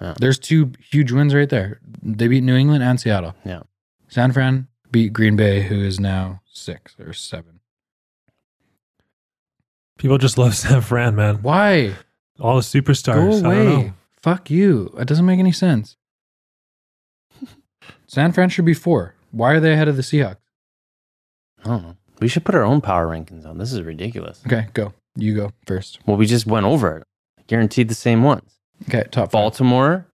B: Oh. Yeah.
A: There's two huge wins right there. They beat New England and Seattle.
B: Yeah.
A: San Fran beat Green Bay, who is now six or seven.
C: People just love San Fran, man.
A: Why?
C: All the superstars.
A: Go
C: I don't
A: away.
C: know.
A: Fuck you. That doesn't make any sense. San Fran should be four. Why are they ahead of the Seahawks?
B: I don't know. We should put our own power rankings on. This is ridiculous.
A: Okay, go. You go first.
B: Well, we just went over it. Guaranteed the same ones.
A: Okay, top five.
B: Baltimore,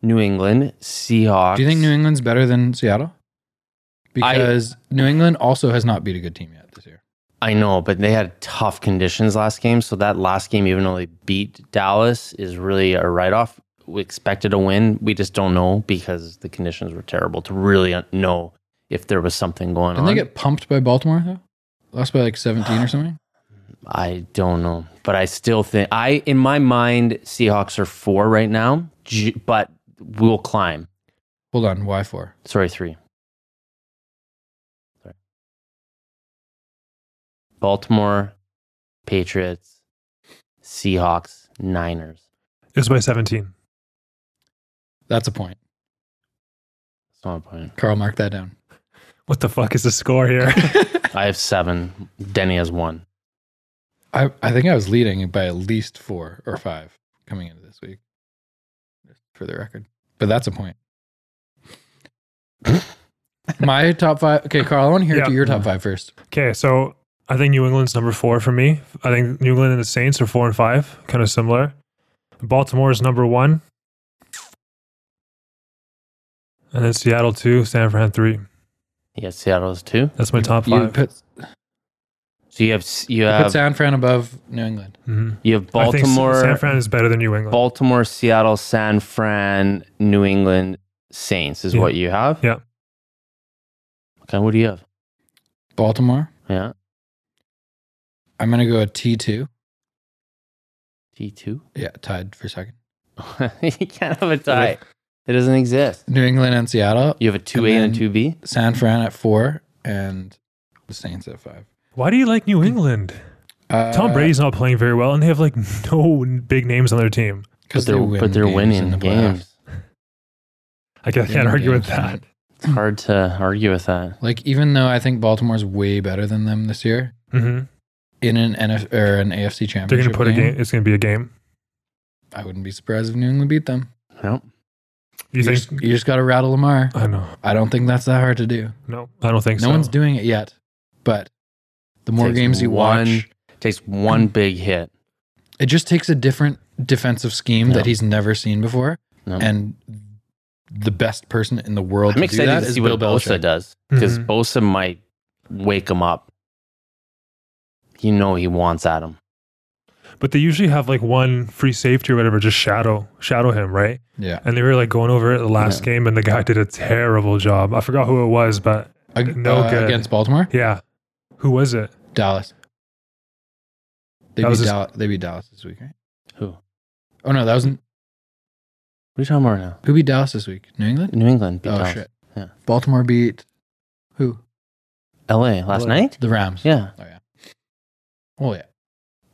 B: New England, Seahawks.
A: Do you think New England's better than Seattle? Because New England also has not beat a good team yet this year.
B: I know, but they had tough conditions last game. So that last game, even though they beat Dallas, is really a write off. We expected a win. We just don't know because the conditions were terrible to really uh, know if there was something going
A: Didn't
B: on.
A: they get pumped by Baltimore though? Lost by like seventeen or something.
B: I don't know, but I still think I, in my mind, Seahawks are four right now, ju- but we'll climb.
A: Hold on, why four?
B: Sorry, three. Sorry. Baltimore, Patriots, Seahawks, Niners.
C: It was by 17.
A: That's a point.
B: That's not a point.
A: Carl, mark that down.
C: What the fuck is the score here?
B: I have seven. Denny has one.
A: I, I think I was leading by at least four or five coming into this week, just for the record. But that's a point. My top five. Okay, Carl, I want to hear
C: Yeah.
A: your top five first.
C: okay, so I think New England's number four for me. I think New England and the Saints are four and five, kind of similar. Baltimore is number one. And then Seattle two, San Fran three.
B: Yeah, Seattle's two.
C: That's my top
A: You
C: five.
A: put,
B: So you have s-
A: you
B: you
A: put
B: have
A: San Fran above New England.
C: hmm
B: you have
C: I think S- San
B: Baltimore,
C: Fran is better than New England.
B: Baltimore, Seattle, San Fran, New England, Saints is
C: Yeah.
B: what you have.
C: Yeah.
B: Okay, what do you have?
A: Baltimore.
B: Yeah,
A: I'm gonna go a T two.
B: T two.
A: Yeah, tied for second.
B: you can't have a tie. It doesn't exist.
A: New England and Seattle.
B: You have a two A
A: And
B: and
A: then-
B: a two B.
A: San Fran at four, and the Saints at five.
C: Why do you like New England?
A: Uh,
C: Tom Brady's not playing very well, and they have like no big names on their team.
B: But
A: because
B: they're but they're winning games.
C: I can't, I can't argue with that.
B: It's hard to argue with that.
A: Like even though I think Baltimore's way better than them this year
C: hmm
A: in an NF or an AFC championship,
C: They're going to put a game. It's going to be a game.
A: I wouldn't be surprised if New England beat them.
B: Nope.
C: You think?
A: just, you just got to rattle Lamar.
C: I know.
A: I don't think that's that hard to do.
C: No, I don't think
A: No
C: so.
A: one's doing it yet, but the more
B: Takes
A: games you
B: one-
A: watch,
B: Takes one big hit.
A: it just takes a different defensive scheme
B: Yeah.
A: that he's never seen before.
B: No.
A: And the best person in the world
B: I'm
A: to do
B: excited
A: that
B: to
A: is
B: see
A: Bill
B: what Bosa
A: Belichick. Mm-hmm.
B: does because
C: Mhm.
B: Bosa might wake him up. You know he wants at him.
C: But they usually have like one free safety or whatever, just shadow shadow him, right?
A: Yeah,
C: And they were like going over it the last game, and the guy did a terrible job. I forgot who it was, but
A: Ag-
C: No
A: uh,
C: good.
A: against Baltimore,
C: yeah, who was it?
A: Dallas. They
C: That
A: beat,
C: was his-
A: Dallas. they beat Dallas this week, right?
B: Who? What
A: Oh no, that wasn't
B: are you talking about now?
A: Who beat Dallas this week? New England?
B: New England beat
A: oh
B: Dallas.
A: shit.
B: Yeah.
A: Baltimore beat who?
B: L.A. last
C: Well,
B: night.
A: The Rams.
B: Yeah,
A: Oh yeah. Well yeah.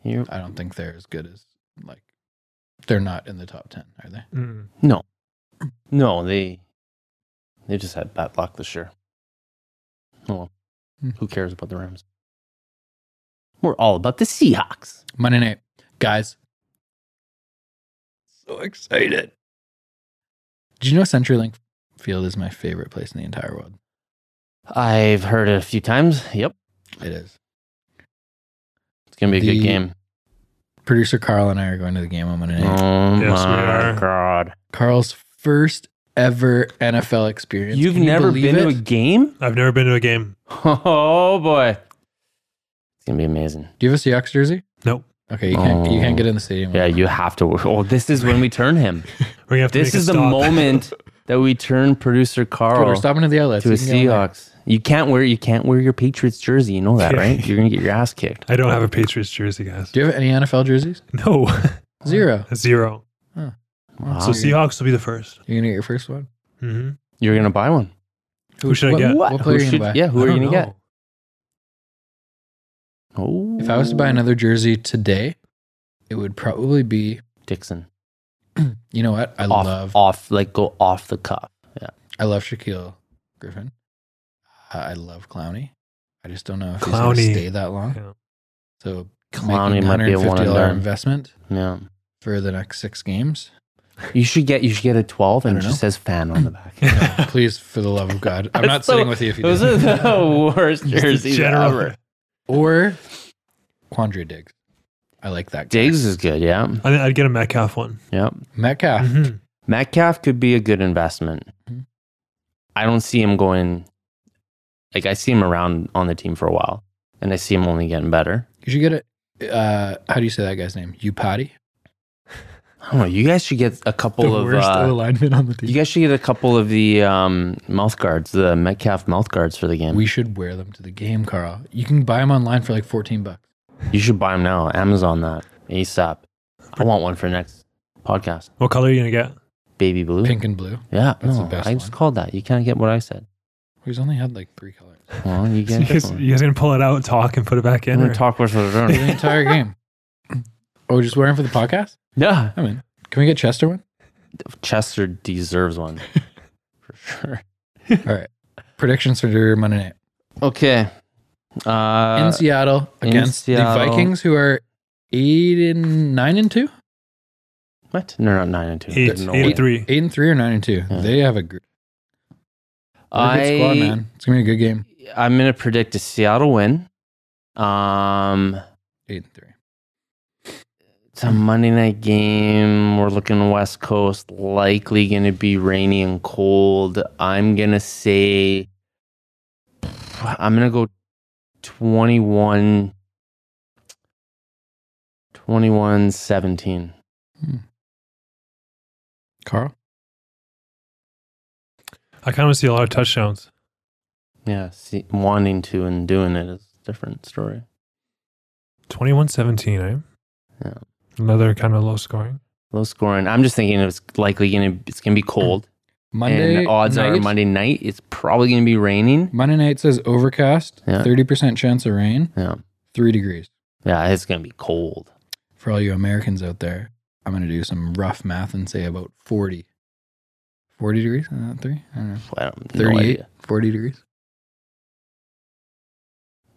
B: you
A: I don't think they're as good as like they're not in the top ten, are they?
C: Mm.
B: no they they just had bad luck this year. Oh, well,
A: Hmm.
B: who cares about the Rams? We're all about the Seahawks.
A: Monday night. Guys. So excited. Did you know CenturyLink Field is my favorite place in the entire world?
B: I've heard it a few times. Yep,
A: It is.
B: it's gonna be a
A: The-
B: good game.
A: Producer Carl and I are going to the game on Monday
B: Oh
A: night.
B: my
C: Yes, we are.
B: god!
A: Carl's first ever NFL experience.
B: You've
A: Can you
B: never
A: believe
B: been to a
A: it?
B: game?
C: I've never been to a game.
B: Oh boy. It's gonna be amazing.
A: Do you have a Seahawks jersey?
C: Nope.
A: Okay, you can't you can't get in the stadium.
B: Oh. Yeah, you have to. Oh, this is when we turn him.
C: We're gonna have to
B: This
C: make a
B: is the
C: stop.
B: moment that we turn producer
A: Dude,
B: Carl
A: we're stopping at the outlets.
B: to a
A: You can go on
B: Seahawks. You can't wear you can't wear your Patriots jersey. You know that,
C: Yeah.
B: right? You're gonna get your ass kicked.
C: I don't have a Patriots jersey, guys.
A: there. Do you have any NFL jerseys?
C: No,
A: Zero.
C: zero.
B: Wow.
C: So Seahawks will be the 1st
A: You're gonna get your first one.
C: Mm-hmm.
B: You're gonna buy one.
C: Who should I
A: what-
C: get?
A: What,
B: Who
A: player are you
B: should-
A: gonna buy?
B: Yeah, who are you gonna get? Oh,
A: If I was to buy another jersey today, it would probably be.
B: Dixon
A: You know what? I
B: off
A: love.
B: off like go off the cuff.
A: I love Shaquille Griffin. I love Clowney. I just don't know if he's going to
C: Clowney.
A: stay that long.
C: Yeah.
A: So
B: Clowney
A: making
B: might be a one and
A: $150
B: done.
A: investment
B: Yeah.
A: for the next six games.
B: You should get you should get a twelve
A: I
B: and it
A: don't
B: just
A: know.
B: says fan on the back.
A: Please, for the love of God, I'm not
B: So-
A: sitting with you if you
B: Those
A: do.
B: are the worst jerseys
C: General-
B: ever.
A: Or Quandre Diggs. I like that. guy.
B: Diggs is good, yeah.
C: I think I'd get a Metcalf one.
B: Yep. Ah.
A: Metcalf.
C: Mhm.
B: Metcalf could be a good investment.
A: Mhm.
B: I don't see him going like I see him around on the team for a while. And I see him only getting better.
A: You should get it. Uh, how do you say that guy's name? Upati.
B: I don't know. You guys should get a couple of uh,
A: alignment on the
B: you guys should get a couple of the um, mouth guards, the Metcalf mouth guards for the game.
A: We should wear them to the game, Carl. You can buy them online for like 14 bucks.
B: you should buy them now. Amazon that ASAP. I want one for next podcast.
C: What color are you gonna get?
B: Baby blue.
A: Pink and blue.
B: Yeah,
A: That's
B: no,
A: the best
B: I just
A: one.
B: called that. You can't get what I said.
A: He's only had like three colors
B: Well, you
C: You
B: get this
C: guys,
B: one.
C: you guys gonna pull it out, talk, and put it back
B: I'm
C: in?
B: gonna
C: Or?
B: talk with
A: for the entire game. Oh, just wearing for the podcast?
B: Yeah,
A: I mean, can we get Chester one?
B: Chester deserves one for sure.
A: Predictions for Monday night
B: Okay. Uh,
A: in Seattle
B: in
A: against
B: Seattle.
A: the Vikings, who are eight and nine and two,
B: what? No, not nine and two.
C: Eight,
B: No way.
C: eight and three.
A: eight and three or nine and two.
B: Yeah.
A: They have a gr- they're a good
B: I,
A: squad, man. It's gonna be a good game.
B: I'm gonna predict a Seattle win. Um,
A: Eight and three.
B: it's a Monday night game. We're looking West Coast. Likely gonna be rainy and cold. I'm gonna say. I'm gonna go 21 21 17
A: Carl,
C: I kind of see a lot of touchdowns.
B: yeah see, wanting to and doing it is a different story
C: 21-17, eh?
B: Yeah.
C: Another kind of low scoring.
B: low scoring i'm just thinking it's likely gonna it's gonna be cold
A: Monday
B: and odds
A: night,
B: are monday night it's probably gonna be raining
A: Monday night says overcast,
B: Yeah.
A: thirty percent chance of rain,
B: yeah
A: three degrees.
B: yeah it's gonna be cold
A: For all you Americans out there, I'm gonna do some rough math and say about forty. Forty degrees? Uh, three? I don't know.
B: I don't, no
A: 38,
B: idea.
A: 40 degrees.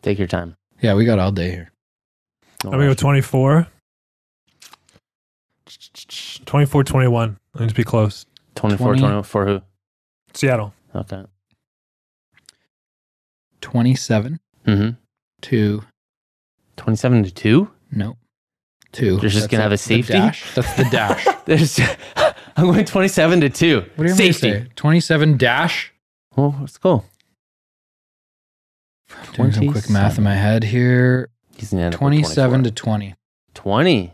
B: take your time
A: Yeah, we got all day here.
B: No
C: I'm gonna go
B: rush.
C: 24. 24-21. I need to be close.
B: 24
A: 20.
B: 20 for who
C: Seattle.
B: okay
A: 27
B: mm-hmm
A: to
B: 27 to 2
A: no. 2.
B: You're just gonna
A: the-
B: have a
A: the
B: safety?
A: dash. That's the dash.
B: there's i'm going 27 to 2
A: what do you want me to
B: safety
A: say? 27 dash.
B: well let's go
A: I'm doing some quick math in
B: 27.
A: my head here.
B: He's gonna end up with
A: 27
B: 24.
A: to 20.
B: 20.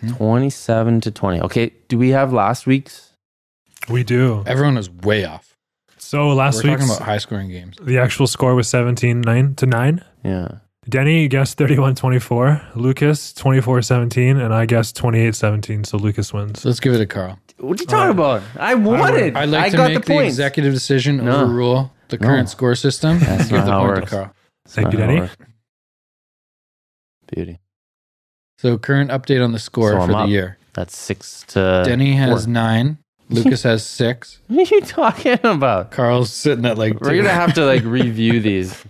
A: Hmm.
B: 27 to 20. Okay. Do we have last week's?
C: We do.
A: Everyone was way off.
C: So last
A: We're
C: week's
A: talking about high scoring games.
C: the actual score was 17-9 to 9.
B: Yeah.
C: Denny guessed 31 24, Lucas 24 17, and I guessed 28 17. So Lucas wins.
A: So let's give it to Carl.
B: What are you
C: Uh,
B: talking about? I won it.
A: I'd like
B: I
A: to
B: got
A: make
B: the
A: the,
B: points.
A: executive decision
B: No.
A: overrule the
B: No.
A: current score system.
B: That's
A: and give
B: not
A: the
B: how it
A: point to
B: works.
A: Carl.
C: Thank you,
B: Not
C: Denny.
B: worth- Beauty.
A: So current update on the score
B: So I'm
A: for the
B: up.
A: year.
B: That's six to.
A: Denny has
B: four.
A: nine. Lucas has six.
B: What are you talking about?
A: Carl's sitting at like.
B: We're
A: two.
B: going to have to like review these.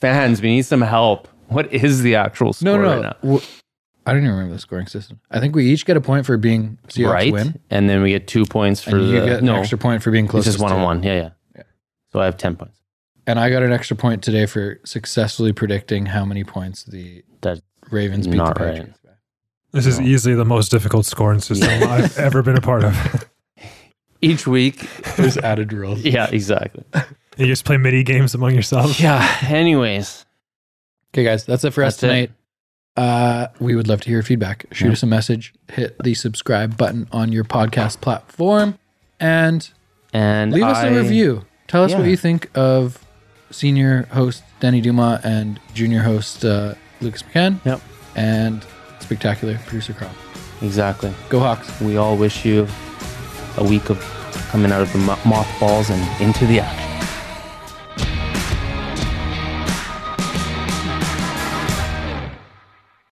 B: Fans, we need some help. What is the actual
A: No,
B: score
A: no,
B: right
A: no.
B: now?
A: W- I don't even remember the scoring system. I think we each get a point for being Seahawks
B: right?
A: win,
B: And then we get two points for
A: and
B: the.
A: you get an
B: no,
A: extra point for being
B: it's
A: closest.
B: just one on
A: to-
B: one. Yeah, yeah,
A: Yeah.
B: So I have 10 points.
A: And I got an extra point today for successfully predicting how many points the
B: That's
A: Ravens beat
B: not
A: the
B: right.
A: Patriots. by.
C: This is easily the most difficult scoring system I've ever been a part of.
B: Each week.
A: There's added rules.
B: Yeah, exactly.
C: You just play mini games among yourselves.
B: Yeah. Anyways.
A: Okay, guys, that's it for us
B: That's it.
A: tonight. Uh, we would love to hear your feedback. Shoot
B: Yeah.
A: us a message. Hit the subscribe button on your podcast platform, and
B: And
A: leave us
B: I-
A: a review. Tell us what
B: Yeah.
A: you think of senior host Danny Duma and junior host uh, Lucas McCann.
B: Yep.
A: And spectacular producer Carl.
B: Exactly.
A: Go Hawks.
B: We all wish you a week of coming out of the mo- mothballs and into the action.